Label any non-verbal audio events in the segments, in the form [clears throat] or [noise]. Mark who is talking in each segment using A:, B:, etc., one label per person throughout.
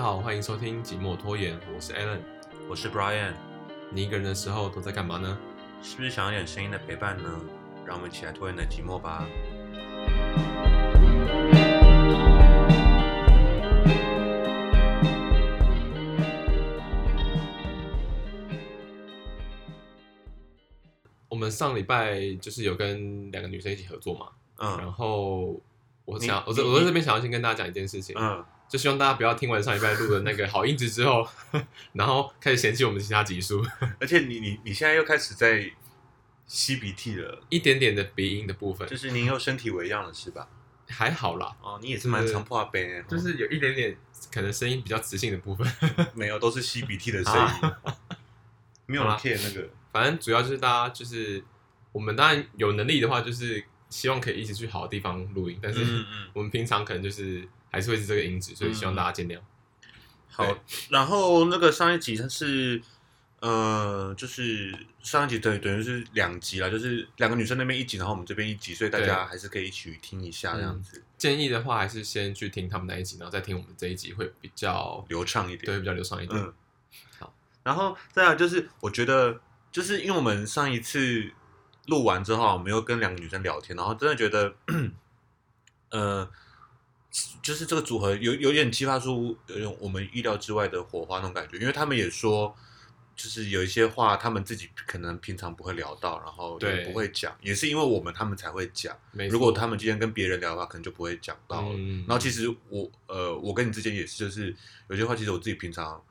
A: 好，欢迎收听《寂寞拖延》，我是 Alan。
B: 我是 Brian，
A: 你一个人的时候都在干嘛呢？
B: 是不是想要点声音的陪伴呢？让我们一起来拖延你的寂寞吧。
A: 我们上礼拜就是有跟两个女生一起合作嘛，然
B: 嗯
A: 后我
B: 你
A: 想，我这
B: 你
A: 我在
B: 你
A: 这边想要先跟大家讲一件事情，
B: 嗯，
A: 就希望大家不要听完上礼拜录的那个好音质之后， [laughs] 然后开始嫌弃我们其他集数
B: 而且你你你现在又开始在吸鼻涕了，
A: 一点点的鼻音的部分，
B: 就是您又身体为样了是吧？
A: 还好啦，
B: 哦，你也是蛮
A: 对
B: 常破杯的，
A: 就是有一点点可能声音比较磁性的部分。 [laughs]
B: 哦没有都是吸鼻涕的声音，没有
A: 啊好
B: 人
A: 啦
B: care 那个。
A: 反正主要就是大家就是我们当然有能力的话，就是希望可以一起去好的地方录音，但是、
B: 嗯嗯，
A: 我们平常可能就是还是会是这个音质，所以希望大家见谅。
B: 好
A: 对。
B: 然后那个上一集它是。呃，就是上一集等于等于是两集啦，就是两个女生那边一集，然后我们这边一集，所以大
A: 对
B: 家还是可以一起听一下，这样
A: 嗯
B: 子、
A: 建议的话，还是先去听他们那一集，然后再听我们这一集会比较
B: 流畅一点。
A: 对，会比较流畅一点。
B: 嗯，
A: 好。
B: 然后再来就是，我觉得就是因为我们上一次录完之后，我们又跟两个女生聊天，然后真的觉得，呃，就是这个组合有有点激发出有点我们意料之外的火花那种感觉，因为他们也说。就是有一些话，他们自己可能平常不会聊到，然后也
A: 对
B: 不会讲，也是因为我们他们才会讲。
A: 没错
B: 如果他们今天跟别人聊的话，可能就不会讲到了。
A: 嗯，
B: 然后其实我呃，我跟你之间也是，就是有些话其实我自己平常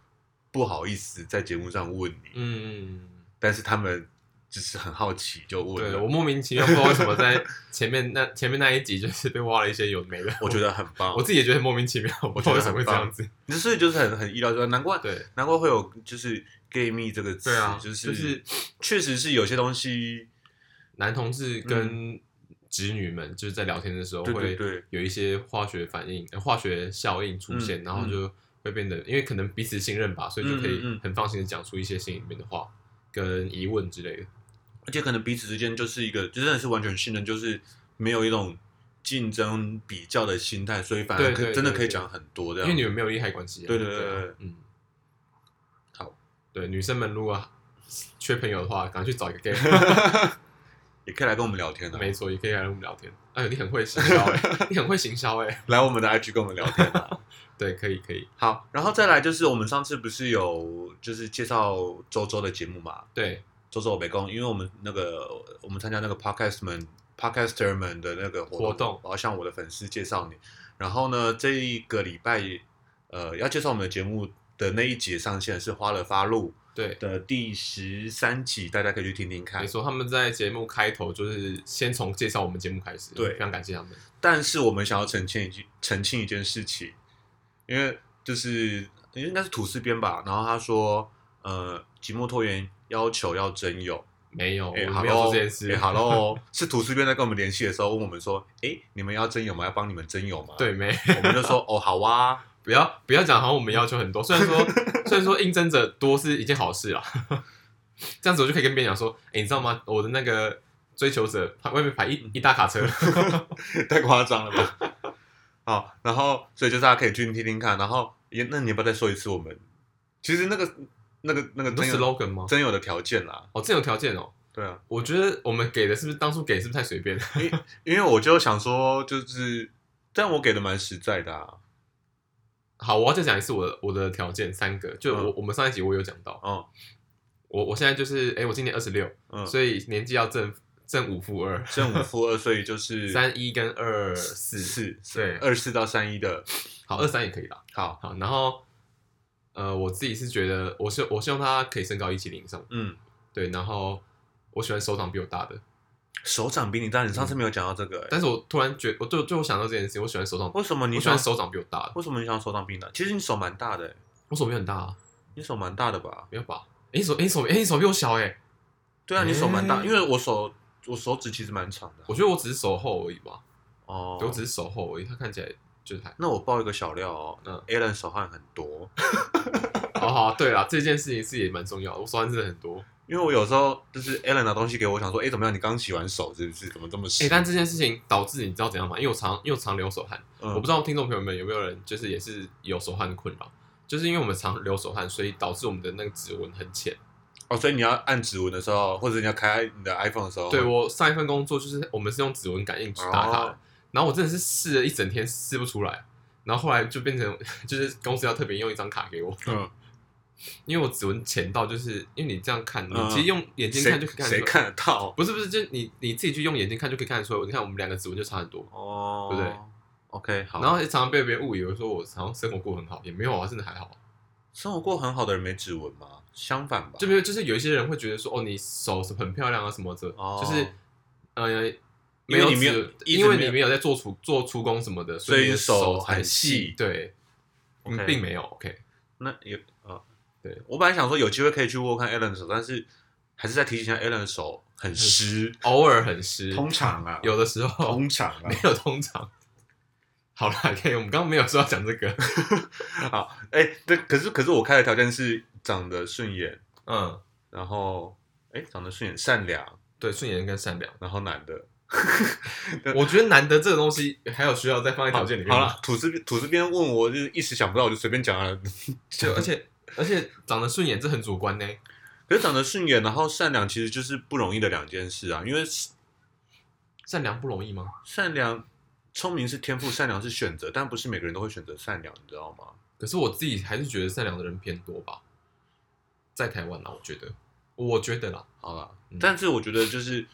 B: 不好意思在节目上问你，
A: 嗯，
B: 但是他们只是很好奇就问
A: 对
B: 了，
A: 我
B: 我
A: 莫名其妙不知道为什么在前面那前面那一集就是被挖了一些有的没的，
B: 觉得很棒
A: 我。自己也觉得莫名其妙，我不知道为什么会这样子。
B: 就是就是很很意料之外，难怪
A: 对
B: 难怪会有就是 gay 蜜这个词，
A: 对啊，
B: 就
A: 就是
B: 确实是有些东西，
A: 男同志跟直女们就是在聊天的时候
B: 嗯对对
A: 会
B: 对
A: 有一些化学反应、 [laughs] 呃化学效应出现，
B: 嗯
A: 然后就会变得，因为可能彼此信任吧，所以就可
B: 嗯嗯
A: 以
B: 嗯
A: 很放心的讲出一些心里面的话跟疑问之类的。
B: 而且可能彼此之间就是一个就真的是完全信任，就是没有一种竞争比较的心态，所以反而
A: 对
B: 可
A: 对
B: 真的
A: 对
B: 可以
A: 对
B: 讲很多这
A: 因
B: 样。
A: 为你们没有利害关系、啊，
B: 对对对
A: 啊
B: 对对
A: 嗯，
B: 好，
A: 对女生们如果缺朋友的话，赶快去找一个
B: [laughs]
A: gay，
B: 也可以来跟我们聊天的、啊
A: 没错，也可以来跟我们聊天。哎呦，你很会行销哎、
B: [laughs]
A: 你很会行销哎、
B: 来我们的 IG 跟我们聊天。
A: 对，可以可以，
B: 好，然后再来就是我们上次不是有就是介绍周周的节目嘛？
A: 对
B: 周周北工，因为我们那个我们参加那个 podcast 们 podcaster 们的那个活动，
A: 活动
B: 我要向我的粉丝介绍你。然后呢，这一个礼拜呃要介绍我们的节目的那一集上线是花了发露
A: 对。
B: 的第十三集，大家可以去听听看
A: 没。错，他们在节目开头就是先从介绍我们节目开始，
B: 对
A: 非常感谢他们。
B: 但是我们想要澄清一句，澄清一件事情，因为就是应该是吐司边吧，然后他说，呃，寂寞拖延要求要真有，
A: 没有，
B: 哎、
A: 哦我
B: 哈
A: 没有做
B: 喽，
A: 这件事。
B: 哎、
A: [laughs]
B: 哈喽，是吐司边在跟我们联系的时候问我们说，哎、你们要真有吗？要帮你们真有吗？，
A: 对，没
B: 我们就
A: [laughs]
B: 说，哦，好啊，
A: 不要不要讲，好像我们要求很多。虽然说虽然说应征者多是一件好事啦， [laughs] 这样子我就可以跟别人讲说，哎、你知道吗？我的那个追求者他外面排
B: 嗯
A: 一一大卡车，
B: [laughs] 太夸张了吧？ [laughs] 好，然后所以就大家可以去听听看，然后也那你要不要再说一次我们？其实那个那个那个
A: 很多
B: 真有
A: slogan 吗？
B: 真有的条件啦，
A: 哦，这种条件哦，
B: 对啊。
A: 我觉得我们给的是不是当初给是不是太随便？ [laughs]
B: 因为我就想说，就是，但我给的蛮实在的啊。
A: 好，我要再讲一次我的我的条件三个，就我、
B: 嗯
A: 我们上一集我有讲到，
B: 嗯
A: 我我现在就是哎、诶我今年二十六，
B: 嗯，
A: 所以年纪要正正五负二，
B: 正五负二，所以就是
A: 三一跟二四
B: 四
A: 对
B: 二四到三一的。
A: 好二三也可以啦。
B: 好，
A: 好，然后呃，我自己是觉得，我希我希望他可以身高一七零以上，
B: 嗯，
A: 对，然后我喜欢手掌比我大的，
B: 手掌比你大，你上次没有讲到这个、欸。
A: 嗯
B: 欸
A: 但是我突然觉我就就我想到这件事情，我喜欢手掌，
B: 为什哦么你
A: 我喜
B: 想
A: 欢？手掌比我大的，
B: 为什么你想手掌比你大？其实你手蛮大的、欸，
A: 我手臂很大啊，
B: 你手蛮大的吧？
A: 没有吧？哎、你手哎、你手哎、你手比我小哎、
B: 对啊，你手蛮大，
A: 欸
B: 因为我手我手指其实蛮长的。
A: 我觉得我只是手厚而已吧，
B: 哦，
A: 对我只是手厚而已，他看起来就是还。
B: 那我爆一个小料哦，
A: 嗯
B: a l a n 手汗很多，
A: 哦好，对啦，这件事情是也蛮重要的，我手汗真的很多。
B: 因为我有时候就是 Alan 拿东西给我，我想说，哎、怎么样？你刚洗完手是不是？怎么这么
A: 哎、
B: 湿？
A: 但这件事情导致你知道怎样吗？因为我常因为我常流手汗，
B: 嗯
A: 我不知道听众朋友们有没有人就是也是有手汗的困扰，就是因为我们常流手汗，所以导致我们的那个指纹很浅。
B: 哦，所以你要按指纹的时候，或者你要开你的 iPhone 的时候，
A: 对我上一份工作就是我们是用指纹感应去打卡的，
B: 哦
A: 然后我真的是试了一整天试不出来，然后后来就变成就是公司要特别用一张卡给我，
B: 嗯，
A: 因为我指纹浅到就是因为你这样看，你
B: 嗯
A: 其实用眼睛
B: 谁
A: 看就可以看得
B: 谁
A: 出来，
B: 看得到？
A: 不是不是，就是你你自己去用眼睛看就可以看得出来，你看我们两个指纹就差很多。
B: 哦，
A: 对不对
B: ？OK，好。
A: 然后也常常被别人误以为说我好像生活过很好，也没有啊，真的还好啊。
B: 生活过很好的人没指纹吗？相反吧，
A: 就比如就是有一些人会觉得说，哦，你手是很漂亮啊什么的，
B: 哦
A: 就是呃，
B: 因为你没
A: 没
B: 有
A: 有指，
B: 一直
A: 因为
B: 没
A: 你
B: 有
A: 没有在做出做出工什么的，
B: 所以
A: 以你的
B: 手
A: 才
B: 很细
A: 细。对，嗯
B: OK
A: 并没有 OK。
B: 那有啊，
A: 对
B: 我本来想说有机会可以去握看 Alan 的手，但是还是再提醒一下 Alan 的手很湿，
A: 偶尔很湿，
C: 通常啊，
A: 有的时候 [laughs]
C: 通常啊
A: 没，有通常。好啦，可以，我们刚刚没有说要讲这
B: [laughs]
A: 个，
B: 好，哎、对，可是可是我开的条件是长得顺眼，
A: 嗯，
B: 然后哎、长得顺眼、善良，
A: 对，顺眼跟善良，
B: 然后男的。
A: 我觉得难得这个东西还有需要再放在条件里面吗。
B: 好了，吐司吐司边问我就是一时想不到，我就随便讲了。
A: 就而且而且长得顺眼这很主观呢，
B: 可是长得顺眼，然后善良，其实就是不容易的两件事啊。因为
A: 善良不容易吗？
B: 善良、聪明是天赋，善良是选择，但不是每个人都会选择善良，你知道吗？
A: 可是我自己还是觉得善良的人偏多吧，在台湾啦，我觉得，我觉得啦，
B: 好了，
A: 嗯
B: 但是我觉得就是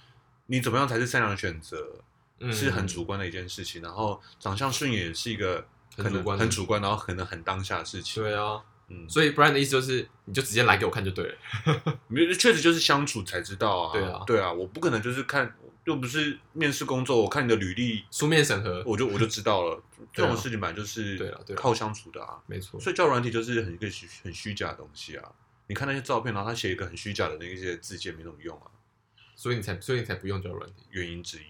B: 你怎么样才是善良的选择，
A: 嗯，
B: 是很主观的一件事情。然后长相顺眼也是一个
A: 很
B: 可能
A: 主观的
B: 很主观，然后可能很当下的事情。
A: 对啊，
B: 嗯，
A: 所以 Brian 的意思就是，你就直接来给我看就对了，
B: 没有确实就是相处才知道啊。
A: 对啊
B: 对啊，我不可能就是看，又不是面试工作，我看你的履历，
A: 书面审核，
B: 我就我就知道了。这
A: 对啊
B: 种事情本来就是
A: 对啊对啊
B: 靠相处的啊。
A: 没错，
B: 所以交友软体就是很一个虚很虚假的东西啊。你看那些照片，然后他写一个很虚假的那些字界没什么用啊，
A: 所以你才所以你才不用交友软体，
B: 原因之一，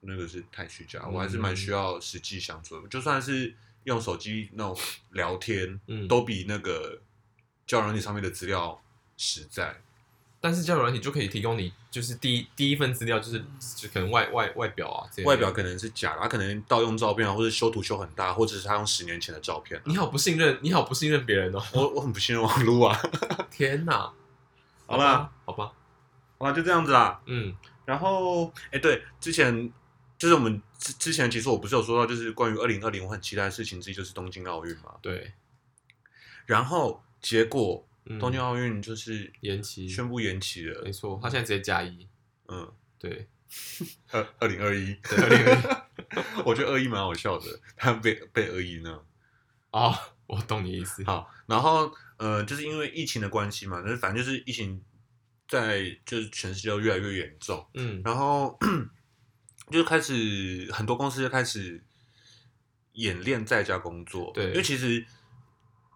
B: 那个是太虚假。
A: 嗯
B: 我还是蛮需要实际相处的，就算是用手机那种聊天，
A: 嗯，
B: 都比那个交友软体上面的资料实在。
A: 但是交友软体就可以提供你，就是第一第一份资料就是就可能外外外表啊，这些
B: 外表。可能是假的，他可能盗用照片啊，或者修图修很大，或者是他用十年前的照片啊、
A: 你好不信任，你好不信任别人哦！
B: 我我很不信任网络啊。 [laughs]
A: 天哪，
B: 好啦，
A: 好吧，
B: 好啦，就这样子啦。
A: 嗯，
B: 然后，哎，对，之前就是我们之之前其实我不是有说到，就是关于二零二零我很期待的事情之一就是东京奥运嘛。
A: 对，
B: 然后结果
A: 嗯
B: 东京奥运就是
A: 延期，
B: 宣布延期了
A: 没，错，他现在直接加一，
B: 嗯， [laughs]
A: 对，
B: 二二零二一，
A: 二零二一，
B: 我觉得二一蛮好笑的，他被被二一呢。
A: 哦，我懂你意思，
B: 好，然后呃，就是因为疫情的关系嘛，就是反正就是疫情在就是全世界都越来越严重，
A: 嗯，
B: 然后 [clears throat] 就开始很多公司就开始演练在家工作，
A: 对
B: 因为其实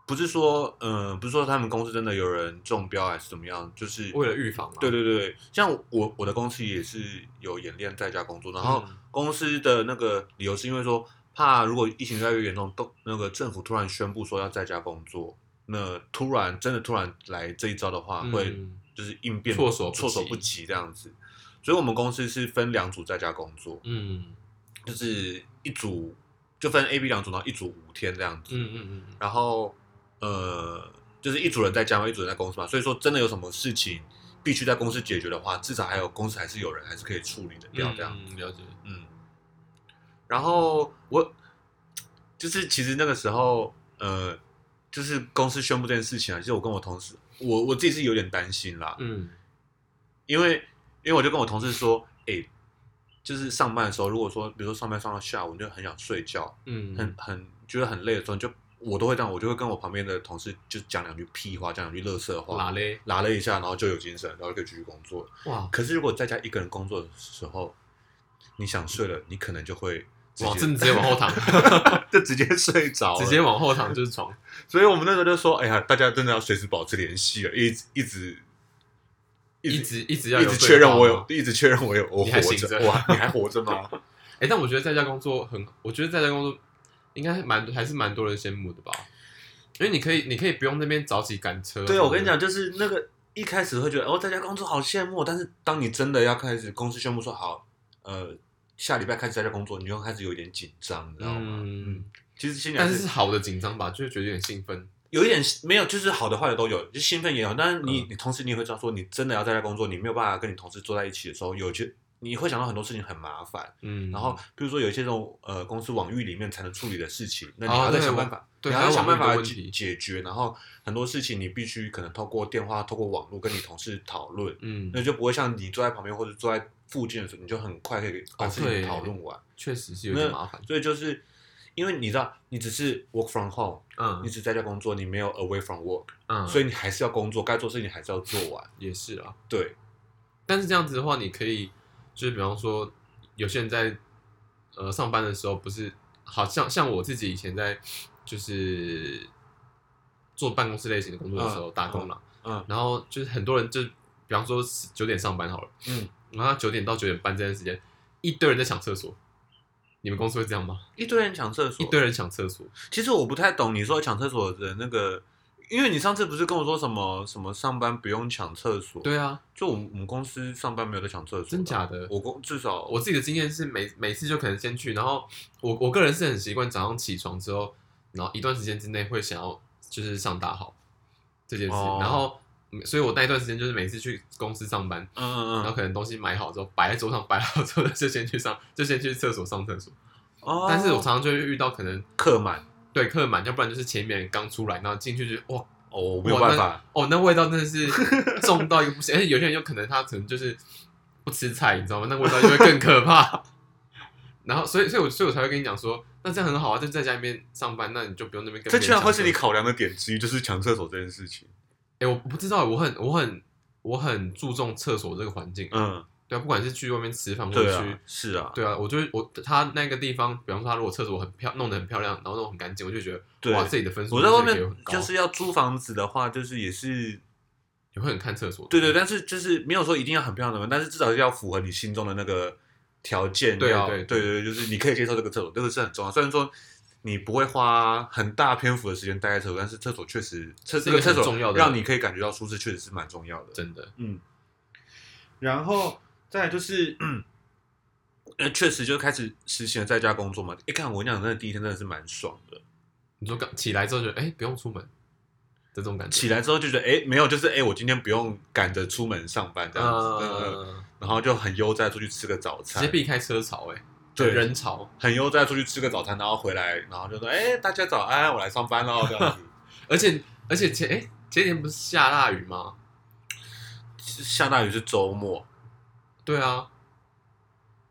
B: 不是说，呃，不是说他们公司真的有人中标还是怎么样，就是
A: 为了预防嘛，啊
B: 对对对对，像我我的公司也是有演练在家工作，然后
A: 嗯
B: 公司的那个理由是因为说怕如果疫情越来越严重，都那个政府突然宣布说要在家工作，那突然真的突然来这一招的话，
A: 嗯
B: 会就是应变
A: 措手不及
B: 措手不及这样子。所以我们公司是分两组在家工作，
A: 嗯
B: 就是一组就分 A、B 两组，然后一组五天这样子。
A: 嗯嗯嗯，
B: 然后呃，就是一组人在家嘛，一组人在公司嘛，所以说真的有什么事情必须在公司解决的话，至少还有公司还是有人还是可以处理的掉这样，
A: 嗯了解，
B: 嗯。然后我就是其实那个时候，呃，就是公司宣布这件事情啊，其实我跟我同事，我我自己是有点担心啦，
A: 嗯
B: 因为因为我就跟我同事说，哎、就是上班的时候，如果说比如说上班上到下午，你就很想睡觉，
A: 嗯，
B: 很很觉得很累的时候，你就我都会这样，我就会跟我旁边的同事就讲两句屁话，讲两句乐色
A: 拉
B: 话，
A: 嘞，
B: 拉了一下，然后就有精神，然后就可以继续工作。
A: 哇
B: 可是如果在家一个人工作的时候，你想睡了，你可能就会直
A: 哇，
B: 接
A: 真的直接往后躺，
B: [laughs] 就直接睡着了，
A: 直接往后躺就是床，
B: 所以我们那时候就说，哎呀，大家真的要随时保持联系了，一直一直
A: 一直一直要
B: 一
A: 有
B: 直
A: 对
B: 确认
A: 话
B: 我
A: 嘛
B: 有，，一直确认我有我
A: 你
B: 活
A: 还醒
B: 着，
A: 着
B: 哇，你还活着
A: [laughs]
B: 吗？
A: 哎，但我觉得在家工作很，我觉得在家工作应该蛮还是蛮多人羡慕的吧，因为你可以你可以不用那边早起赶车，
B: 对，我跟你，讲，就是那个一开始会觉得哦，在家工作好羡慕，但是当你真的要开始公司宣布说好，呃，下礼拜开始在家工作，你就开始有点紧张，你知道吗？
A: 嗯，
B: 其实心里还
A: 但是
B: 是
A: 是好的紧张吧，就是觉得有点兴奋，
B: 有一点没有，就是好的坏的都有，就兴奋也有。但是
A: 嗯
B: 你、你同时你也会知道说，你真的要在家工作，你没有办法跟你同事坐在一起的时候，有些你会想到很多事情很麻烦。
A: 嗯，
B: 然后比如说有一些这种呃公司网域里面才能处理的事情，那你
A: 哦
B: 还要再
A: 对
B: 想
A: 我
B: 办法，
A: 对
B: 你
A: 还
B: 要
A: 有
B: 想
A: 网
B: 办
A: 域的
B: 法
A: 问
B: 解
A: 题
B: 解决。然后很多事情你必须可能透过电话、透过网络跟你同事讨论，
A: 嗯，
B: 那就不会像你坐在旁边或者坐在附近的时候，你就很快可以把
A: 哦
B: 事情
A: 对
B: 讨论完。
A: 确实是有点
B: 那
A: 麻烦。
B: 所以就是因为你知道，你只是 work from home，
A: 嗯
B: 你只在家工作，你没有 away from work，、
A: 嗯，
B: 所
A: 以
B: 以你还是要工作，该做事情还是要做完。
A: 也是啊。
B: 对，
A: 但是这样子的话，你可以就是比方说，有些人在呃上班的时候，不是好像像我自己以前在就是做办公室类型的工作的时候、
B: 嗯
A: 打工啦，
B: 嗯
A: 然后就是很多人就比方说九点上班好了，
B: 嗯，
A: 然后九点到九点半这段时间，一堆人在抢厕所。你们公司会这样吗？
B: 一堆人抢厕所，
A: 一堆人抢厕所，
B: 其实我不太懂你说抢厕所的那个，因为你上次不是跟我说什么什么上班不用抢厕所？，
A: 对啊，
B: 就我们我们公司上班没有在抢厕所，
A: 真？假的？
B: 我公至少
A: 我自己的经验是每每次就可能先去，然后我我个人是很习惯早上起床之后，然后一段时间之内会想要就是上大号这件事，
B: 哦
A: 然后嗯所以我那一段时间就是每次去公司上班，
B: 嗯嗯
A: 然后
B: 嗯
A: 可能东西买好之后摆在桌上摆好之后 [laughs] 就先去上，就先去厕所上厕所。
B: 哦，
A: 但是我常常就会遇到可能
B: 客满
A: 对客满，要不然就是前面刚出来，然后进去就哇
B: 哦，我没有办法，
A: 哦，那味道真的是重到一个不行，而且 [laughs] 有些人有可能他可能就是不吃菜，你知道吗？那味道就会更可怕。然后，所以，所以我，所以我才会跟你讲说，那这样很好啊，就在家里面上班，那你就不用那边跟。
B: 这居然会是你？考量的点之一，就是抢厕所这件事情。
A: 哎、我不知道，我很，我很，我很注重厕所这个环境。
B: 嗯，
A: 对啊，不管是去外面吃饭，或
B: 对
A: 者去，
B: 啊，是啊，
A: 对啊，我就我他那个地方，比方说他如果厕所很漂，弄得很漂亮，然后弄得很干净，我就觉得
B: 对
A: 哇，自己的分数
B: 我在外
A: 真的可以
B: 面
A: 很高
B: 就是要租房子的话，就是也是
A: 你会很看厕所。
B: 对对，但是就是没有说一定要很漂亮的门，但是至少是要符合你心中的那个条件。
A: 对
B: 要
A: 对
B: 对对，就是你可以接受这个厕所，这个是很重要。虽然说你不会花很大篇幅的时间待在厕所，但是厕所确实，厕
A: 是
B: 这
A: 一个
B: 个厕所
A: 很重要的
B: 让你可以感觉到舒适，确实是蛮重要的。
A: 真的，
B: 嗯，然后再来就是， [clears throat] 呃，确实就开始实行了在家工作嘛。一看我跟你讲，真的第一天真的是蛮爽的。
A: 你说刚起来之后就哎、诶不用出门这种感觉。
B: 起来之后就觉得，哎、没有，就是哎、诶我今天不用赶着出门上班这样子，呃、
A: 呃，
B: 然后就很悠哉出去吃个早
A: 直接
B: 餐，
A: 避开车潮、哎，
B: 对
A: 人潮，
B: 很悠哉出去吃个早餐，然后回来，然后就说，哎、大家早安，我来上班喽，这样子。
A: 而且而且前哎、前几天不是下大雨吗？
B: 下大雨是周末
A: 对啊，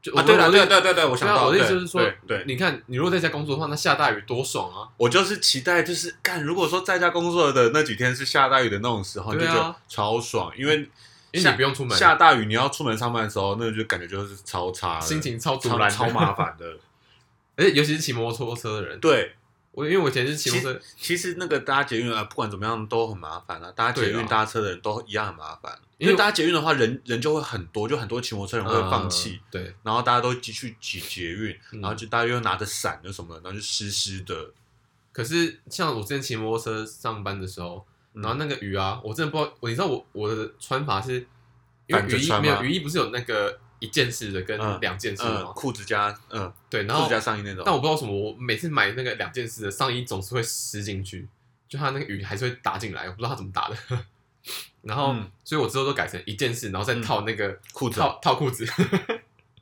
A: 就
B: 啊，对了，
A: 对
B: 对啊对啊对啊对啊，我想
A: 对
B: 到
A: 啊，我的意思
B: 对
A: 就是说
B: 对，对，
A: 你看你如果在家工作的话，那下大雨多爽啊！
B: 我就是期待，就是干，如果说在家工作的那几天是下大雨的那种时候，你就
A: 对啊
B: 觉得超爽，因为
A: 因为
B: 下
A: 你不用出门，
B: 下大雨你要出门上班的时候，那就感觉就是超差的，
A: 心情超突
B: 超
A: 然，
B: 超麻。烦的，
A: [laughs] 而且尤其是骑摩托车的人，
B: 对。
A: 我因为我以前是骑
B: 其
A: 摩托
B: 实
A: 车，
B: 其实那个搭捷运啊，不管怎么样都很麻烦啊。搭捷
A: 对
B: 运
A: 啊
B: 搭车的人都一样很麻烦，
A: 因为
B: 因为搭捷运的话，人人就会很多，就很多骑摩托车人会放弃，
A: 嗯，对，
B: 然后大家都急去挤捷运，
A: 嗯
B: 然后就大家又拿着伞又什么的，然后就湿湿的。
A: 可是像我之前骑摩托车上班的时候，
B: 嗯
A: 然后那个雨啊，我真的不知道，我你知道我我的穿法是，因为
B: 反着
A: 雨衣
B: 穿
A: 没
B: 吗
A: 有雨衣不是有那个一件式的跟
B: 嗯
A: 两件式的
B: 嗯，
A: 吗？
B: 裤子加嗯，
A: 对，然
B: 裤
A: 后
B: 子加上衣那种。
A: 但我不知道为什么，我每次买那个两件式的上衣总是会湿进去，就它那个雨还是会打进来，我不知道它怎么打的。 [laughs] 然后，
B: 嗯
A: 所以我之后都改成一件式，然后再套那个、
B: 裤子啊
A: 套套裤子， [laughs]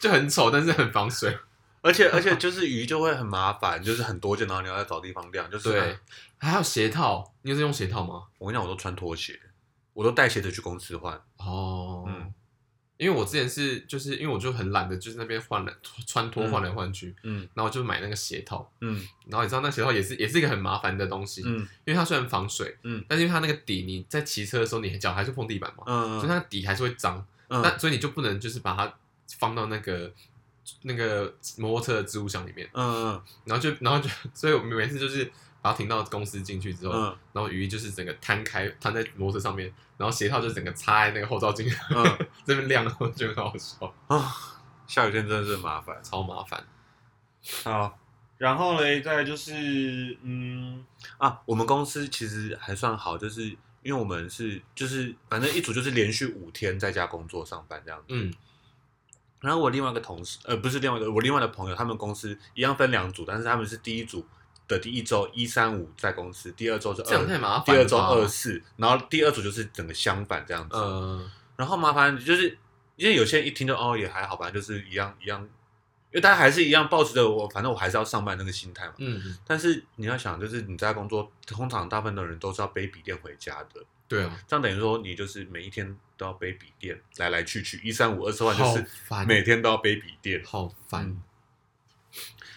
A: 就很丑，但是很防水，
B: 而且而
A: [laughs]
B: 且就是雨就会很麻烦，就是很多件，然后你要再找地方晾。就是啊
A: 对。还有鞋套，你有在用鞋套吗？
B: 我跟你讲，我都穿拖鞋，我都带鞋子去公司换。
A: 哦，
B: 嗯
A: 因为我之前是就是因为我就很懒得，就是那边换来穿脱
B: 嗯
A: 换来换去，
B: 嗯
A: 然后我就买那个鞋套，
B: 嗯
A: 然后你知道那鞋套也是也是一个很麻烦的东西，
B: 嗯
A: 因为它虽然防水，
B: 嗯
A: 但是因为它那个底你在骑车的时候，你脚还是碰地板嘛，
B: 嗯
A: 所以它的底还是会脏，
B: 嗯
A: 那所以你就不能就是把它放到那个那个摩托车的置物箱里面，
B: 嗯
A: 然后就然后就，所以我们每次就是把它停到公司进去之后，
B: 嗯
A: 然后雨衣就是整个摊开摊在摩托车上面，然后鞋套就整个插在那个后照镜
B: 嗯
A: [laughs] 这边晾，我觉得很好笑，
B: 啊，下雨天真的是很麻烦。
A: 超麻烦。
B: 好，然后嘞，再来就是嗯啊，我们公司其实还算好，就是因为我们是就是反正一组就是连续五天在家工作上班这样子。
A: 嗯
B: 然后我另外一个同事，呃，不是另外一个，我另外的朋友，他们公司一样分两组，但是他们是第一组的第一周一三五在公司，第二周是
A: 这样太
B: 二，
A: 麻
B: 第
A: 烦了吧。
B: 二周二四，然后第二组就是整个相反这样子。
A: 呃，
B: 然后麻烦就是因为有些人一听就哦也还好吧，就是一样一样，因为大家还是一样抱持着我反正我还是要上班那个心态嘛。
A: 嗯，
B: 但是你要想，就是你在工作，通常大部分的人都是要背笔电回家的，
A: 对啊，
B: 这样等于说你就是每一天都要背笔电来来去去，一三五二四
A: 好
B: 万就是
A: 烦，
B: 每天都要背笔电。
A: 好烦。
B: 嗯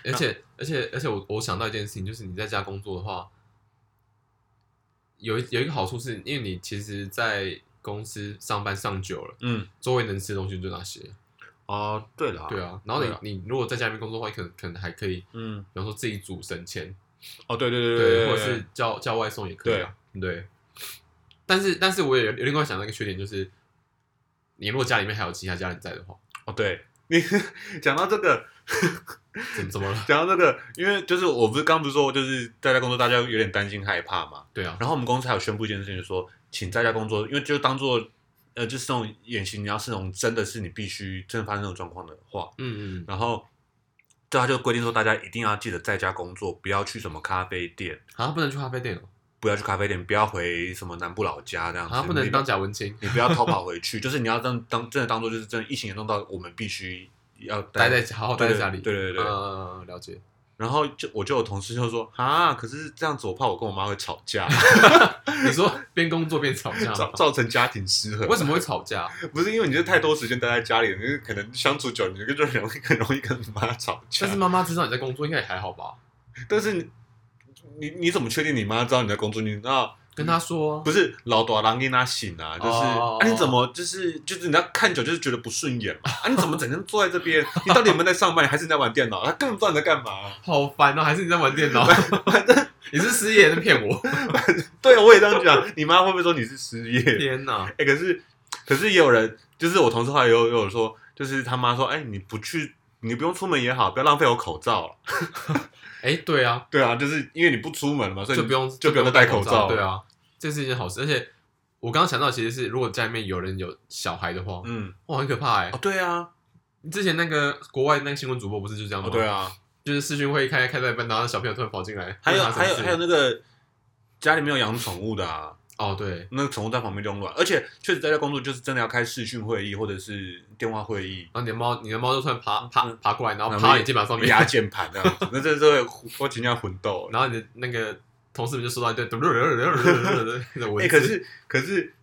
A: 而且而且而且我我想到一件事情，就是你在家工作的话，有一有一个好处是，因为你其实，在公司上班上久了，
B: 嗯，
A: 周围能吃的东西就那些，
B: 哦，对了，
A: 对，啊。然后你、
B: 对啊
A: 你如果在家里面工作的话，可能可能还可以，比
B: 嗯，
A: 方说自己煮省钱，
B: 哦，对对对
A: 或者是叫叫外送也可以啊，对。但是但是我也有有另外想到一个缺点，就是你如果家里面还有其他家人在的话，
B: 哦，对 [laughs] 你讲到这个，
A: 怎么怎么了？
B: 讲到这个，因为就是我不是刚不是说就是在家工作，大家有点担心害怕嘛。
A: 对
B: [laughs]
A: 啊，
B: 然后我们公司还有宣布一件事情说，请在家工作，因为就当做呃，就是那种演习，你要是那种真的是你必须真的发生这种状况的话，
A: 嗯嗯
B: 然后对他就规定说，大家一定要记得在家工作，不要去什么咖啡店，
A: 啊，不能去咖啡店哦，
B: 不要去咖啡店，不要回什么南部老家这样子，
A: 啊，不
B: 你
A: 能当贾文清，
B: 你不要逃跑回去，就是你要当当真的当做就是真的疫情严重到我们必须要
A: 待在好好待在家里，
B: 对对对对对
A: 呃，了解。
B: 然后就我就有同事就说啊，可是这样子我怕我跟我妈会吵 [laughs] 架，
A: 你说边工作边吵
B: [laughs]
A: 架
B: 造
A: 吗，
B: 造成家庭失衡。
A: 为什么会吵
B: [laughs]
A: 架？
B: 不是因为你这太多时间待在家里，你可能相处久，你就容易很容易跟你妈吵架。
A: 但是妈妈知道你在工作，应该也还好吧？
B: 但是你你你怎么确定你妈知道你在工作？你知道
A: 跟她说
B: 不是老多郎给她醒啊，就是
A: 哦
B: 啊你怎么就是就是你要看久就是觉得不顺眼 [laughs] 嘛？啊你怎么整天坐在这边？你到底有没有在上班？你还是你在玩电脑？她啊根本不知道你在干嘛。
A: 好烦哦，还是你在玩电脑？ [laughs] 你是失业在骗我？
B: [laughs] 对，我也这样讲。你妈会不会说你是失 [laughs] 业？
A: [laughs] 天哪！
B: 哎、可是可是也有人，就是我同事后来也有也有说，就是他妈说，哎、你不去，你不用出门也好，不要浪费我口罩了。
A: 哎，对啊，
B: 对啊，就是因为你不出门嘛，所以
A: 就
B: 你
A: 不用
B: 就不用再戴口罩。
A: 对，啊，这是一件好事。而且我刚刚想到，其实是如果家里面有人有小孩的话，
B: 嗯，
A: 哇，很可怕哎
B: 哦，。对啊，
A: 之前那个国外那个新闻主播不是就这样吗？
B: 哦，对，啊，
A: 就是视讯会议开开到一半，然后小朋友突然跑进来，
B: 还有
A: 问他什么
B: 还有
A: 事
B: 还有那个家里面有养宠物的啊，
A: 哦，对，
B: 那个宠物在旁边用卵，而且确实在家工作就是真的要开视讯会议或者是电话会议，
A: 然后你的猫你的猫就突然爬爬
B: 嗯
A: 爬过来，然后
B: 然后
A: 爬到
B: 你
A: 你肩膀上面，
B: 压键盘这样子，那真的是会 [laughs] 我请假混斗。
A: 然后你的那个同事们就收到一堆嘟嘟嘟嘟嘟嘟嘟的
B: 哎、
A: 文
B: 可
A: 字，
B: 是可是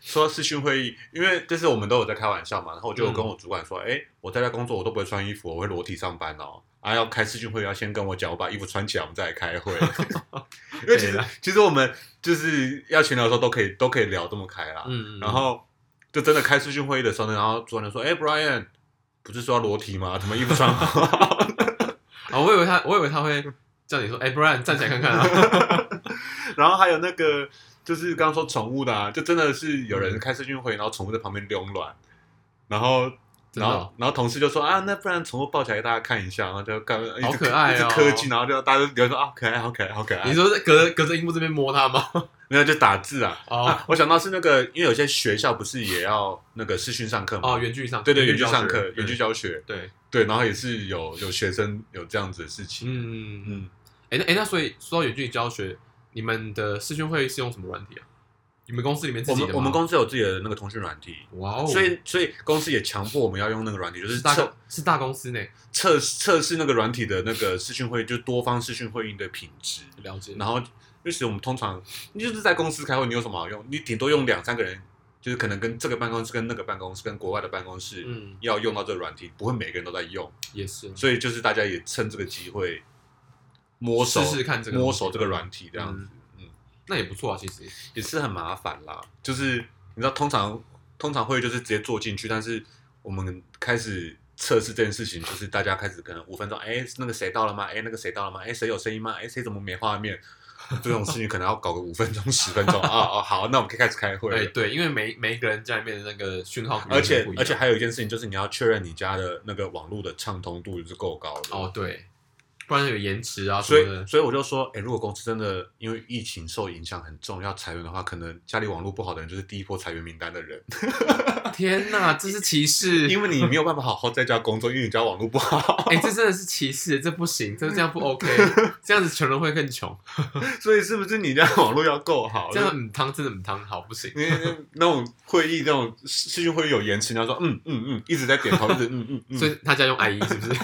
B: 说到视讯会议，因为就是我们都有在开玩笑嘛，然后我就有跟我主管说，哎、我在家工作我都不会穿衣服，我会裸体上班哦。啊，要开视讯会议要先跟我讲，我把衣服穿起来，我们再来开 [laughs] 会。因为其
A: 对
B: 实
A: 啦
B: 其实我们就是要群聊的时候都可以都可以聊这么开啦。
A: 嗯，
B: 然后就真的开视讯会议的时候呢，然后主管就说，哎、b r i a n 不是说要裸体吗？怎么衣服穿好？ [laughs]
A: 啊，我以为他，我以为他会叫你说，哎，不然站起来看看
B: [laughs]
A: 啊，
B: 然后还有那个就是刚刚说宠物的、啊，就真的是有人开视讯会，然后宠物在旁边溜卵，然后。
A: 真
B: 然
A: 的哦
B: 后，然后同事就说啊，那不然宠物抱起来给大家看一下，然后就干，一直
A: 好可爱哦
B: 一直科技，然后就大家就留言说啊，可爱，好可爱，好可爱
A: 你。说是隔隔着荧幕这边摸他吗？
B: 没有就打字啊。
A: 哦
B: 啊，我想到是那个，因为有些学校不是也要那个视讯上课嘛？
A: 哦，远距离上，
B: 对对，远距
A: 距
B: 上课，
A: 远
B: 远距教学，
A: 对，
B: 对，然后也是有有学生有这样子的事情。
A: 嗯，
B: 嗯，
A: 哎那哎那所以说到远距离教学，你们的视讯会是用什么软体啊？你们公司里面自
B: 我
A: 己的
B: 们
A: 吗
B: 我们公司有自己的那个通讯软体，
A: 哇哦，
B: 所以所以公司也强迫我们要用那个软体，就是
A: 是大
B: 测
A: 公是大公司呢，
B: 测测试那个软体的那个视讯会，就多方视讯会议的品质。
A: 了解，
B: 然后，因为其实我们通常，你就是在公司开会，你有什么好用？你顶多用两三个人，就是可能跟这个办公室、跟那个办公室、跟国外的办公室、
A: 嗯，
B: 要用到这个软体，不会每个人都在用，
A: 也是，哦
B: 所以就是大家也趁这个机会摸手
A: 试试看这个
B: 摸
A: 东西
B: 手这个软体这样子，嗯，
A: 那也不错啊，其实，
B: 也是很麻烦啦。就是你知道，通常通常会就是直接坐进去，但是我们开始测试这件事情，就是大家开始可能五分钟，哎，那个谁到了吗？哎，那个谁到了吗？哎，谁有声音吗？哎，谁怎么没画面？ [laughs] 这种事情可能要搞个五分钟、十分钟啊啊！好，那我们可以开始开会
A: 哎
B: 了。
A: 对，因为每每一个人家里面的那个讯号，
B: 而且而且还有一件事情，就是你要确认你家的那个网络的畅通度是够高的。
A: 哦对，不然有延迟啊什
B: 所
A: 么
B: 以
A: 的。
B: 所以我就说，哎、如果公司真的因为疫情受影响很重要裁员的话，可能家里网络不好的人就是第一波裁员名单的人，
A: 天哪，这是歧视！
B: [laughs] 因为你没有办法好好在家工作，因为你家网络不好， [laughs]
A: 哎、这真的是歧视，这不行，这这样不 OK，这样子穷人会更穷，
B: 所以是不是你家网络要够好？
A: 这样母汤真的母汤好不行。
B: 你你那种会议，那种视讯会议有延迟，你要说嗯嗯嗯，一直在点头，一直嗯嗯嗯，
A: 所以他家
B: [laughs]
A: 用 IE 是 [laughs] 不是？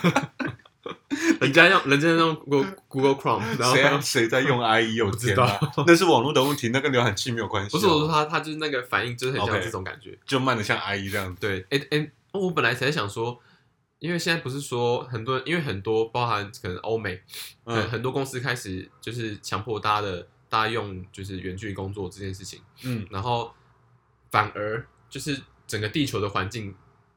A: 人家用人家用 Google [laughs] Google Chrome，然后
B: 谁啊谁在
A: [laughs]
B: 用 IE？我
A: 知
B: 天
A: 道
B: 哪，那是网络的问题，那跟浏览器没有关系、
A: 不是我说，他，他就是那个反应，就是很像
B: 哦 OK
A: 这种感觉。
B: 就慢的像 IE 这样子。
A: 对，哎、哎、我本来才想说，因为现在不是说很多人，因为很多包含可能欧美，嗯、
B: 嗯
A: 很多公司开始就是强迫大家的大家用就是远距离工作这件事情，
B: 嗯，
A: 然后反而就是整个地球的环境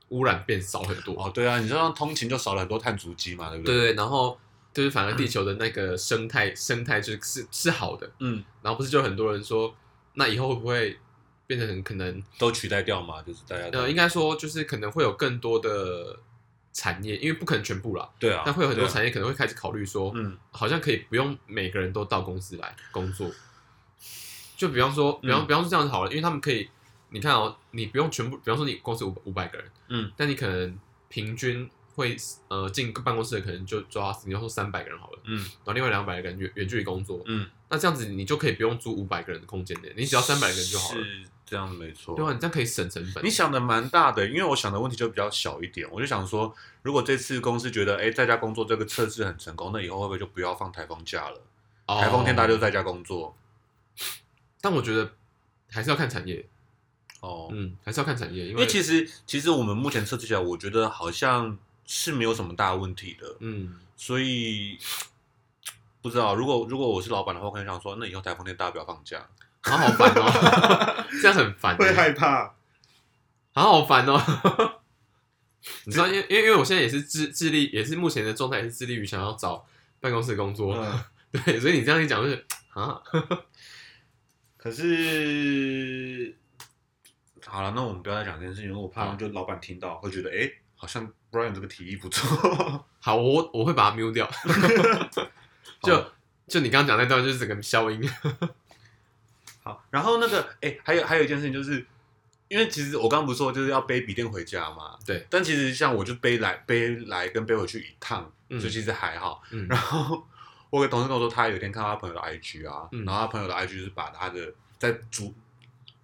A: 污染变少很多。
B: 哦，对啊，你这样通勤就少了很多碳足迹嘛，对不
A: 对
B: 对？
A: 对，对然后就是反而地球的那个生态生态就是是是好的，
B: 嗯，
A: 然后不是就很多人说，那以后会不会变成可能
B: 都取代掉嘛，就是大家都
A: 呃，应该说就是可能会有更多的产业，因为不可能全部啦，
B: 对啊，
A: 但会有很多
B: 对啊
A: 产业可能会开始考虑说，
B: 嗯
A: 好像可以不用每个人都到公司来工作，就比方说，比方、
B: 嗯
A: 比方说这样子好了，因为他们可以，你看哦，你不用全部，比方说你公司五五百个人，
B: 嗯，
A: 但你可能平均会呃进办公室的可能就抓，你要说三百个人好了，
B: 嗯
A: 然后另外两百个人远远距离工作，
B: 嗯，
A: 那这样子你就可以不用租五百个人的空间的，你只要三百个人就好了，
B: 是这样没错。
A: 对啊，你这样可以省成本
B: 你。想的蛮大的，因为我想的问题就比较小一点。我就想说，如果这次公司觉得，哎，在家工作这个测试很成功，那以后会不会就不要放台风假了？
A: 哦
B: 台风天大家就在家工作。
A: 但我觉得还是要看产业，
B: 哦，
A: 嗯，还是要看产业，因
B: 因
A: 为
B: 为其实其实我们目前测试起来，我觉得好像是没有什么大问题的，
A: 嗯，
B: 所以 [sniffs] 不知道。如果如果我是老板的话，我可能想说，那以后台风天大家不要放假，
A: 好好烦
B: [laughs]
A: 哦，这样很烦，
B: 怕。
A: 好好烦
B: [laughs]
A: 哦。你知道，因为因为因为我现在也是致致力，也是目前的状态也是致力于想要找办公室工作，
B: 嗯，
A: [laughs] 对，所以你这样一讲就是啊，
B: 可是好了，那我们不要再讲这件事情，因为我
A: 嗯
B: 怕就老板听到会觉得，哎、好像 Brian 这个提议不错。
A: 好，我我会把它 mute 掉， [laughs] 就
B: 好
A: 就你刚刚讲那段就是整个消
B: [laughs]
A: 音，
B: 好，然后那个，哎、还有还有一件事情就是。因为其实我刚刚不是说就是要背笔电回家嘛，
A: 对。
B: 但其实像我就背来背来跟背回去一趟，
A: 嗯
B: 就其实还好。
A: [laughs] 嗯
B: 然后我有个同事跟我说，他有一天看到他朋友的 IG 啊，
A: 嗯
B: 然后他朋友的 IG 就是把他的在主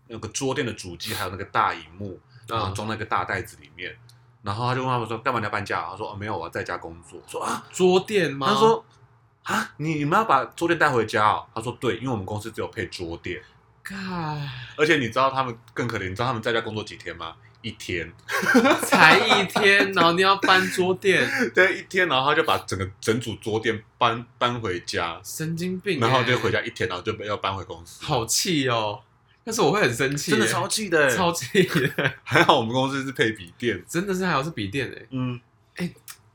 B: 那个桌垫的主机还有那个大荧幕，然后
A: 啊，
B: 装在一个大袋子里面。然后他就问他们说：“干嘛你要搬家啊？”他说：“哦，没有，我要在家工作。”我说啊，
A: 桌垫吗？
B: 他说啊，你你们要把桌垫带回家哦？他说对，因为我们公司只有配桌垫，
A: God，
B: 而且你知道他们更可怜，你知道他们在家工作几天吗？一天， [laughs]
A: 才一天，然后你要搬桌
B: [laughs]
A: 垫，
B: 对，一天，然后他就把整个整组桌垫搬搬回家，
A: 神经病耶，欸
B: 然后就回家一天，然后就要搬回公司，
A: 好气哦！但是我会很生气耶，欸
B: 真的超气的，欸
A: 超气耶，
B: [laughs] 还好我们公司是配笔电，
A: [laughs] 真的是还好是笔电诶，
B: 嗯，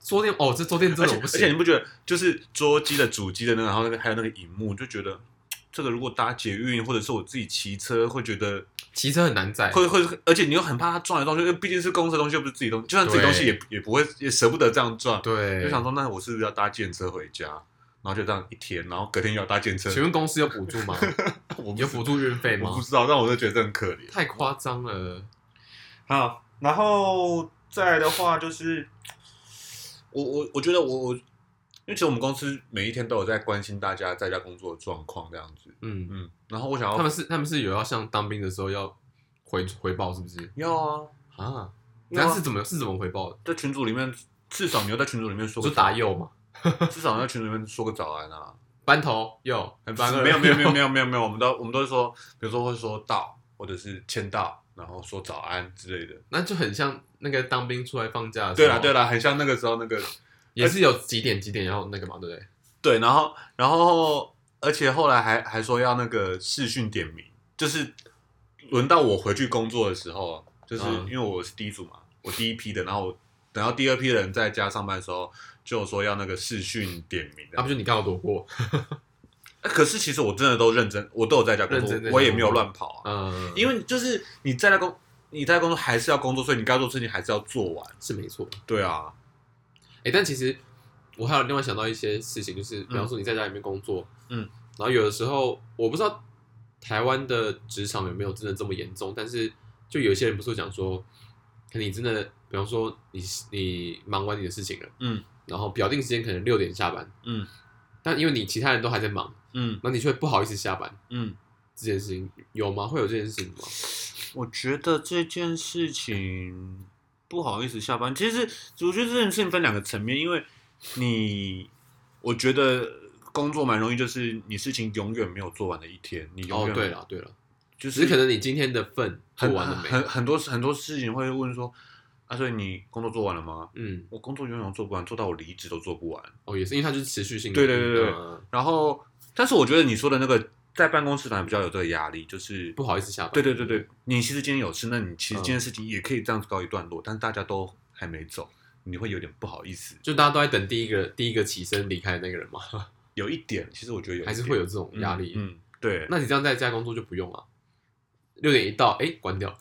A: 桌垫哦，这桌垫真
B: 而
A: 的
B: 且
A: 我不
B: 而且你
A: 行，
B: 不觉得就是桌机的主机的那个，然后那个还有那个荧幕，就觉得这个如果搭捷运或者是我自己骑车，会觉得
A: 骑车很难载，
B: 会会，而且你又很怕它撞来撞去，因为毕竟是公司的东西，又不是自己东西，就算自己东西也也不会也舍不得这样撞，
A: 对，
B: 就想说那我是不是要搭电车回家？然后就这样一天，然后隔天又要搭电车，
A: 请问公司有补助吗？
B: [laughs] 我不
A: 有补助运费
B: 我
A: 吗
B: 不？知道，但我就觉得很可怜。
A: 太夸张了，
B: 好，然后再来的话就是，我我我觉得我我，因为其实我们公司每一天都有在关心大家在家工作的状况这样子，
A: 嗯，
B: 嗯，然后我想
A: 他
B: 要
A: 们是他们是有要像当兵的时候要回回报是不是？
B: 要啊，
A: 啊，那
B: 要
A: 是
B: 啊，
A: 怎么是怎么回报的？
B: 在群组里面至少你要在群组里面说
A: 我 [laughs]
B: 个
A: 就打右嘛，
B: 早，至少要在群组里面说个早安啊，
A: 班头右，班二
B: 呃没有没有没有没有没有没有，我们都我们都会说，比如说会说到或者是签到，然后说早安之类的。
A: [laughs] 那就很像那个当兵出来放假的时
B: 对
A: 候，
B: 啦对啦，很像那个时候那个
A: 也是有几点几点要那个嘛，对不对？
B: 对，然后然后而且后来还还说要那个视讯点名，就是轮到我回去工作的时候，就是
A: 嗯
B: 因为我是第一组嘛，我第一批的，然后我等到第二批的人在家上班的时候，就有说要那个视讯点名的。
A: 啊那不就你刚好躲过？
B: 呃可是其实我真的都认真，我都有在家工
A: 认
B: 作
A: 真在，家
B: 我也没有乱跑啊，
A: 嗯，
B: 因
A: 为
B: 为就是你在家工。你在家工作还是要工作，所以你该做的事情还是要做完。
A: 是没错。
B: 对啊，
A: 哎、但其实我还有另外想到一些事情，就是比方说你在家里面工作，
B: 嗯，
A: 然后有的时候我不知道台湾的职场有没有真的这么严重，但是就有一些人不是会讲说，可能你真的，比方说你你忙完你的事情了，
B: 嗯，
A: 然后表定时间可能六点下班，
B: 嗯
A: 但因为你其他人都还在忙，
B: 嗯
A: 那你却不好意思下班，
B: 嗯，
A: 这件事情有吗？会有这件事情吗？
B: 我觉得这件事情不好意思下班，其实我觉得这件事情分两个层面，因为你，我觉得工作蛮容易，就是你事情永远没有做完的一天，你永
A: 哦
B: 远、，
A: 对，了对了，
B: 就
A: 只是可能你今天的份做
B: 很
A: 完了没？
B: 很很多很多事情会问说，啊，所以你工作做完了吗？
A: 嗯，
B: 我工作永远做不完，做到我离职都做不完。
A: 哦，也是，因为它就是持续性的。
B: 对对对对
A: 嗯
B: 然后，但是我觉得你说的那个在办公室反而比较有这个压力，就是
A: 不好意思下班。
B: 对对对对，你其实今天有事，那你其实
A: 嗯
B: 今天事情也可以这样子告一段落，但是大家都还没走，你会有点不好意思，
A: 就大家都在等第一个第一个起身离开的那个人嘛，
B: 有一点，其实我觉得有一
A: 还是
B: 点
A: 会有这种压力。
B: 嗯，嗯对，那
A: 那你这样在家工作就不用啊，六点一到，哎、关掉。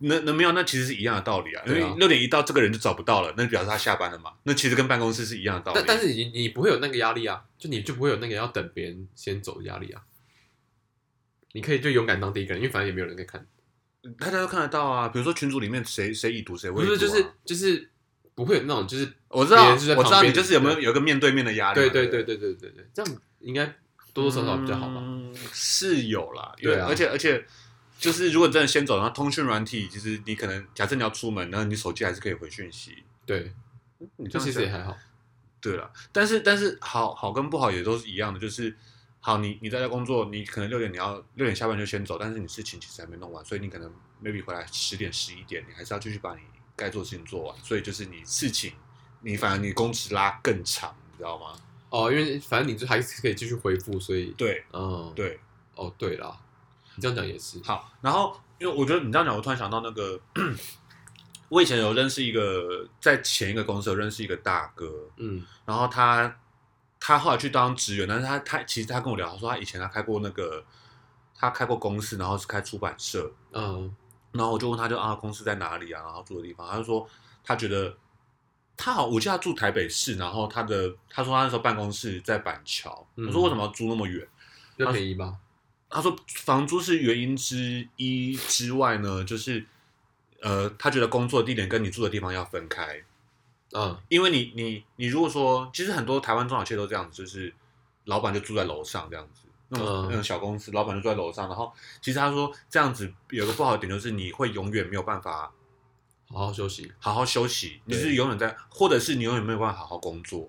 B: 那那没有，那其实是一样的道理啊，因
A: 对啊
B: 为六点一到，这个人就找不到了，那就表示他下班了嘛，那其实跟办公室是一样的道
A: 但
B: 理。
A: 但是你你不会有那个压力啊，就你就不会有那个要等别人先走的压力啊。你可以就勇敢当第一个人，因为反正也没有人可以看。
B: 嗯大家都看得到啊，比如说群组里面谁谁已读谁未
A: 不
B: 读、啊，
A: 是，就是就是不会有那种就是
B: 我知道，
A: 别人就在
B: 我知道
A: 旁边
B: 你就是有没有有一个面啊对面的压力
A: 对
B: 嘛，
A: 对
B: 不
A: 对对对对对，这样应该多多少少比较好吧。
B: 嗯、是有啦，
A: 对啊
B: 因为而且而且就是如果真的先走，然后通讯软体，其实你可能假设你要出门，然后你手机还是可以回讯息。
A: 对，
B: 你
A: 这嗯
B: 样
A: 其实也
B: 想
A: 还好。
B: 对了，但是但是好好跟不好也都是一样的，就是好你你在家工作，你可能六点你要六点下班就先走，但是你事情其实还没弄完，所以你可能 maybe 回来十点十一点，你还是要继续把你该做的事情做完，所以就是你事情你反而你工时拉更长，你知道吗？
A: 哦，因为反正你就还是可以继续回复，所以
B: 对
A: 嗯，，
B: 对，
A: 哦对啦，你这样讲也是。
B: 好，然后因为我觉得你这样讲，我突然想到那个， [clears throat] 我以前有认识一个，在前一个公司有认识一个大哥，
A: 嗯，
B: 然后他他后来去当职员，但是他他其实他跟我聊，他说他以前他开过那个，他开过公司，然后是开出版社，
A: 嗯，
B: 然后我就问他就啊公司在哪里啊，然后住的地方，他就说他觉得。他好，我记得他住台北市，然后他的他说他那时候办公室在板桥，我
A: 嗯
B: 说为什么要租那么远？
A: 那便宜吧？
B: 他说房租是原因之一之外呢，就是呃，他觉得工作地点跟你住的地方要分开，
A: 嗯，
B: 因为你你你如果说，其实很多台湾中小企业都这样子，就是老板就住在楼上这样子，那种、
A: 嗯
B: 那种小公司老板就住在楼上，然后其实他说这样子有个不好的点就是你会永远没有办法
A: 好好休息。
B: 好好休息，你
A: 对
B: 是永远在，或者是你永远没有办法好好工作，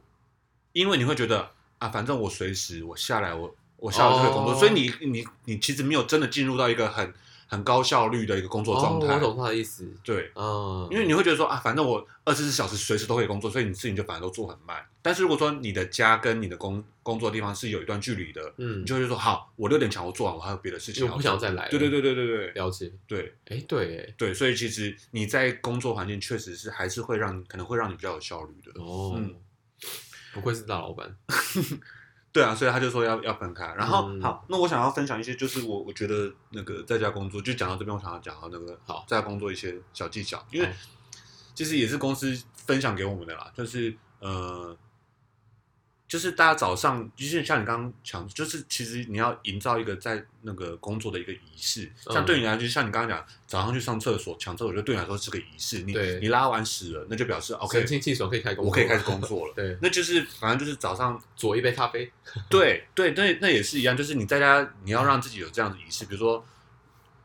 B: 因为你会觉得啊，反正我随时我下来我我下来就可以工作，
A: 哦
B: 所以你你你其实没有真的进入到一个很很高效率的一个工作状态，
A: 哦，我懂他的意思。
B: 对，
A: 嗯，
B: 因为你会觉得说啊，反正我二十四小时随时都可以工作，所以你事情就反而都做很慢。但是如果说你的家跟你的工工作地方是有一段距离的，
A: 嗯
B: 你，就会说好，我六点前我做完，我还有别的事
A: 因
B: 情
A: 为
B: 要
A: 我
B: 做
A: 不想再来了。
B: 对对，对对对对对
A: 了解。
B: 对
A: 哎，对，哎，
B: 对，所以其实你在工作环境确实是还是会让可能会让你比较有效率的。
A: 哦
B: 嗯，
A: 不愧是大老板。
B: 对啊，所以他就说要要分开。然后、
A: 嗯
B: 好，那我想要分享一些，就是我我觉得那个在家工作，就讲到这边，我想要讲到那个
A: 好
B: 在家工作一些小技巧，因为
A: 好
B: 其实也是公司分享给我们的啦，就是呃，就是大家早上，就是像你刚刚讲，就是其实你要营造一个在那个工作的一个仪式，
A: 嗯
B: 像对你来说，就像你刚刚讲，早上去上厕所抢厕所，就对你来说是个仪式，你
A: 对
B: 你拉完屎了，那就表示 OK，
A: 神清气爽，可以开工
B: 我
A: 作，。
B: 可以开始工作
A: [laughs]
B: 了
A: 对，
B: 那就是，反正就是早上
A: 左一杯咖啡。
B: 对对对，那也是一样，就是你在家，你要让自己有这样的仪式，比如说，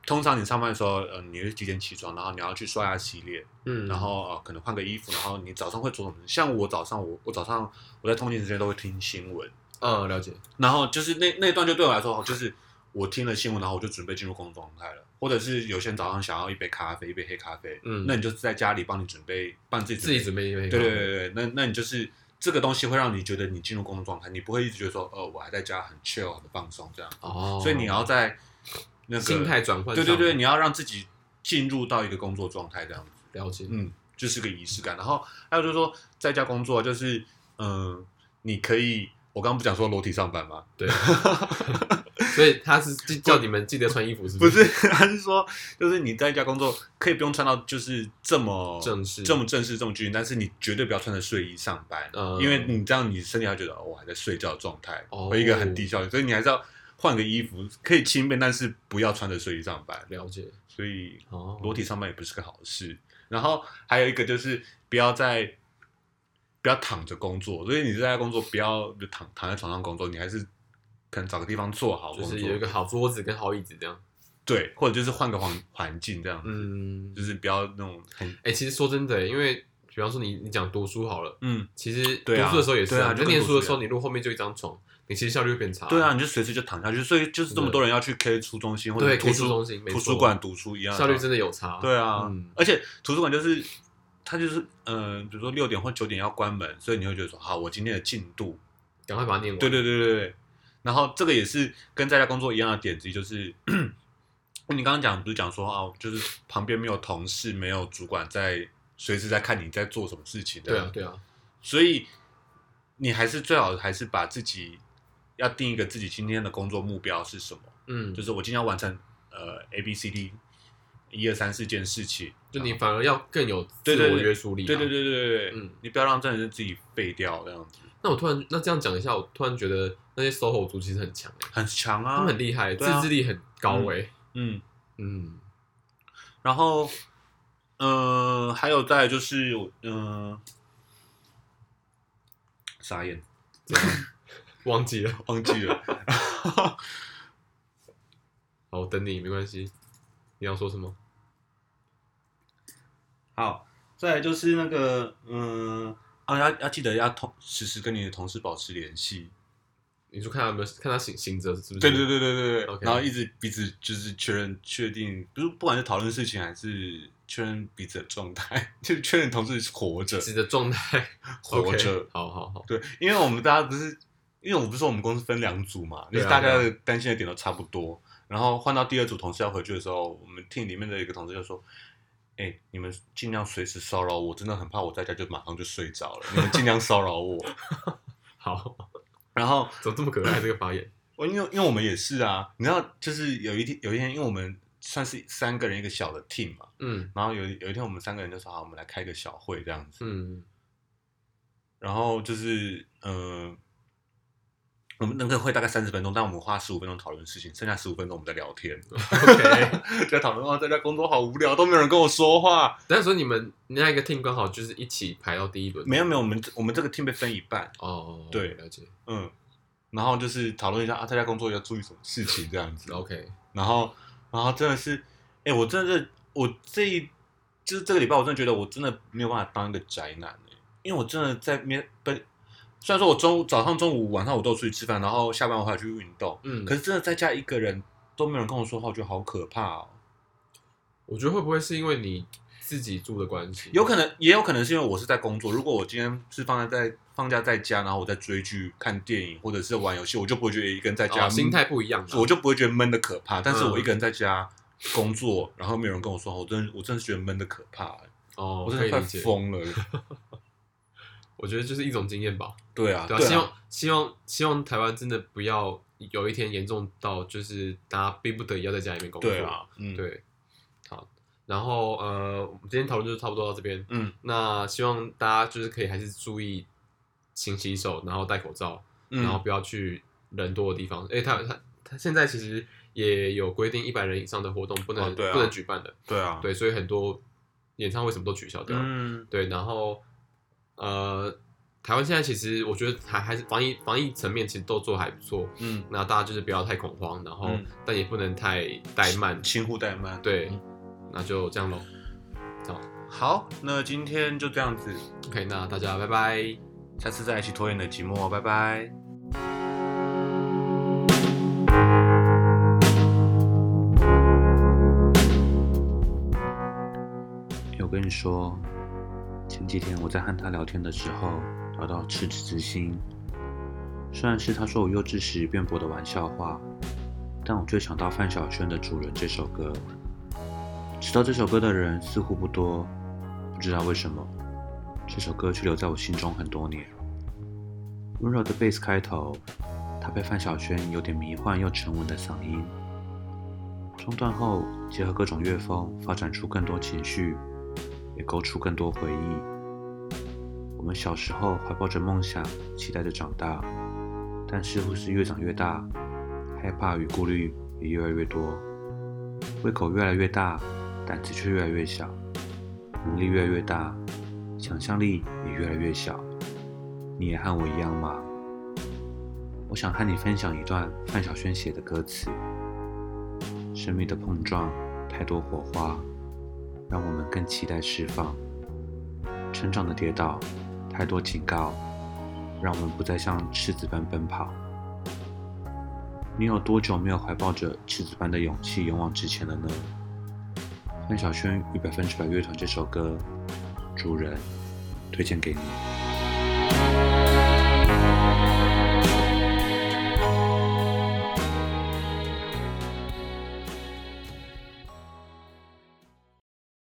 B: 通常你上班的时候，呃，你会几点起床，然后你要去刷牙洗脸，
A: 嗯，
B: 然后呃，可能换个衣服，然后你早上会做什么？像我早上，我我早上我在通勤时间都会听新闻，
A: 嗯，了解。
B: 然后就是那那一段就对我来说，就是我听了新闻，然后我就准备进入工作状态了，或者是有些人早上想要一杯咖啡，一杯黑咖啡，
A: 嗯
B: 那你就在家里帮你准备，帮你自己
A: 自己
B: 准备
A: 准备一杯。
B: 对对对对，那那你就是这个东西会让你觉得你进入工作状态，你不会一直觉得说，呃，我还在家很 chill 很放松这样，
A: 哦，
B: 所以你要在那个
A: 心态转换
B: 对
A: 上。
B: 对对，你要让自己进入到一个工作状态这样子，
A: 了解。
B: 嗯，就是个仪式感。然后还有就是说，在家工作就是，呃嗯、你可以，我刚刚不讲说裸体上班吗？
A: 对，所以他是记叫你们记得穿衣服，是
B: 不
A: 是？
B: 是， [laughs] 他是说，就是你在家工作可以不用穿到就是这么
A: 正式
B: 这么正式、这么拘谨，但是你绝对不要穿着睡衣上班，
A: 嗯
B: 因为你这样你身体还觉得、哦、我还在睡觉的状态，
A: 哦
B: 会一个很低效率，所以你还是要换个衣服，可以轻便，但是不要穿着睡衣上班。
A: 了解
B: 所以
A: 哦，
B: 裸体上班也不是个好事。然后还有一个就是不要在不要躺着工作，所以你在家工作不要就躺躺在床上工作，你还是可能找个地方坐好工
A: 就
B: 作，
A: 是有一个好桌子跟好椅子这样。
B: 对，或者就是换个环环境这样子，
A: 嗯
B: 就，是不要那种很
A: 哎、其实说真的，因为比方说你你讲读书好了，
B: 嗯，
A: 其实读
B: 对啊
A: 书的时候也是、
B: 对啊
A: 你在
B: 就跟
A: 念
B: 读
A: 书的
B: 书一
A: 时候，你如果后面就一张床，你其实效率会变差。
B: 对啊，，你就随时就躺下去，所以就是这么多人要去 K 书中心或者
A: 对
B: 图
A: K 书中
B: 书
A: 心没
B: 图
A: 错
B: 书馆读书一样的
A: 效
B: 道理，
A: 率真的有差。
B: 对啊，
A: 嗯
B: 而且图书馆就是它就是呃，比如说六点或九点要关门，所以你会觉得说好，我今天的进度
A: 赶快把它念完。
B: 对对对对对。然后这个也是跟在家工作一样的点子，就是 [clears throat] 你刚刚讲不是讲说哦，就是旁边没有同事、没有主管在随时在看你在做什么事情的，
A: 对啊，对啊，
B: 所以你还是最好还是把自己要定一个自己今天的工作目标是什么，
A: 嗯，
B: 就
A: 就是
B: 我今天要完成呃 A B C D 一二三四件事情，
A: 就你反而要更有自
B: 对对
A: 我
B: 对
A: 约束力啊。
B: 对对对对对，
A: 嗯
B: 嗯，你不要让真的是自己废掉这样子，
A: 那我突然那这样讲一下，我突然觉得那些 SOHO 族其实很强欸、
B: 很强啊，
A: 他们很厉害，欸自
B: 对啊
A: 制力很高哎、
B: 嗯。
A: 嗯，
B: 然后，嗯、还有再来就是，嗯、傻眼，
A: 忘记了，
B: 忘记了。
A: 好，我等你，没关系。你要说什么？
B: [laughs] 好，再来就是那个，嗯、啊，要要记得要同时时跟你的同事保持联系。
A: 你说看他有没有看他醒醒着是不是？
B: 对对对对对对。
A: OK
B: 然后一直彼此就是确认确定，不是不管是讨论事情还是确认彼此的状态， [laughs] 就是确认同事是活着
A: 自己的状态
B: 活着。
A: OK，好好好，
B: 对，因为我们大家不是，因为我们不是说我们公司分两组嘛，就
A: 对啊
B: 是大家的担心的点都差不多。然后换到第二组同事要回去的时候，我们 team 里面的一个同事就说：“哎、你们尽量随时骚扰我，真的很怕我在家就马上就睡着了，你们尽量骚扰我。
A: 好，”
B: 然后
A: 怎么这么可爱这个发言？
B: 我因为因为我们也是啊，你知道，就是有一天有一天，因为我们算是三个人一个小的 team 嘛，
A: 嗯
B: 然后有有一天我们三个人就说：“好，我们来开一个小会这样子。”
A: 嗯，
B: 然后就是呃，我们那个会大概三十分钟，但我们花十五分钟讨论事情，剩下十五分钟我们在聊天， [laughs]
A: OK，
B: 在讨论哦，在家工作好无聊，都没有人跟我说话。
A: [laughs] 但是说你们那一个 team 刚好就是一起排到第一轮，
B: 没有没有，我们我们这个 team 被分一半，
A: 哦，
B: 对
A: 了解
B: 嗯，然后就是讨论一下啊，在家工作要注意什么事情这样子。
A: ，OK，
B: 然后，然后真的是，哎，我真的是，我这一就是这个礼拜，我真的觉得我真的没有办法当一个宅男、欸、因为我真的在面被，虽然说我中早上、中午、晚上我都有出去吃饭，然后下班我还有去运动，
A: 嗯，
B: 可是真的在家一个人都没有人跟我说话，我觉得好可怕哦。
A: 我觉得会不会是因为你自己住的关系？
B: 有可能，也有可能是因为我是在工作。如果我今天是放在在放假在家，然后我在追剧、看电影或者是玩游戏，我就不会觉得一个人在家、
A: 哦心态不一样啊，
B: 我就不会觉得闷的可怕。但是
A: 嗯
B: 我一个人在家工作，然后没有人跟我说话，我真的我真的是觉得闷的可怕、
A: 哦，
B: 我
A: 可
B: 真的
A: 以
B: 快
A: 理解。
B: 疯了。
A: 我觉得就是一种经验吧，
B: 对啊，
A: 对啊，
B: 对
A: 希
B: 啊，
A: 望希望希望台湾真的不要有一天严重到就是大家逼不得已要在家里面工作，
B: 对啊，嗯，，
A: 对，好，然后呃，我们今天讨论就差不多到这边，
B: 嗯
A: 那希望大家就是可以还是注意勤洗手，然后戴口罩，
B: 嗯，
A: 然后不要去人多的地方，哎、他他他现在其实也有规定一百人以上的活动不能、
B: 哦对啊
A: 不能举办的，
B: 对啊，，
A: 对，所以很多演唱会什么都取消掉了。
B: 嗯，
A: 对，然后呃，台湾现在其实我觉得还还是防疫防疫层面其实都做得还不错，
B: 嗯，
A: 那大家就是不要太恐慌，然后、
B: 嗯
A: 但也不能太怠慢，
B: 轻忽怠慢。，
A: 对，那就这样喽。好
B: 好，那今天就这样子，
A: ，OK，那大家拜拜。
B: 下次再一起拖延你的寂寞，拜拜。我跟你说，前几天我在和他聊天的时候，聊到赤子之心。虽然是他说我幼稚时辩驳的玩笑话，但我却想到范晓萱的《主人》这首歌。知道这首歌的人似乎不多，不知道为什么，这首歌却留在我心中很多年。温柔的贝斯开头，
C: 他被范晓萱有点迷幻又沉稳的嗓音。中断后，结合各种乐风，发展出更多情绪，也勾出更多回忆。我们小时候怀抱着梦想，期待着长大，但似乎是越长越大，害怕与顾虑也越来越多，胃口越来越大，胆子却越来越小，能力越来越大，想象力也越来越小。你也和我一样吗？我想和你分享一段范晓萱写的歌词。生命的碰撞，太多火花，让我们更期待释放；成长的跌倒，太多警告，让我们不再像赤子般奔跑。你有多久没有怀抱着赤子般的勇气勇往直前了呢？范晓萱与百分之百乐团这首歌，主人推荐给你。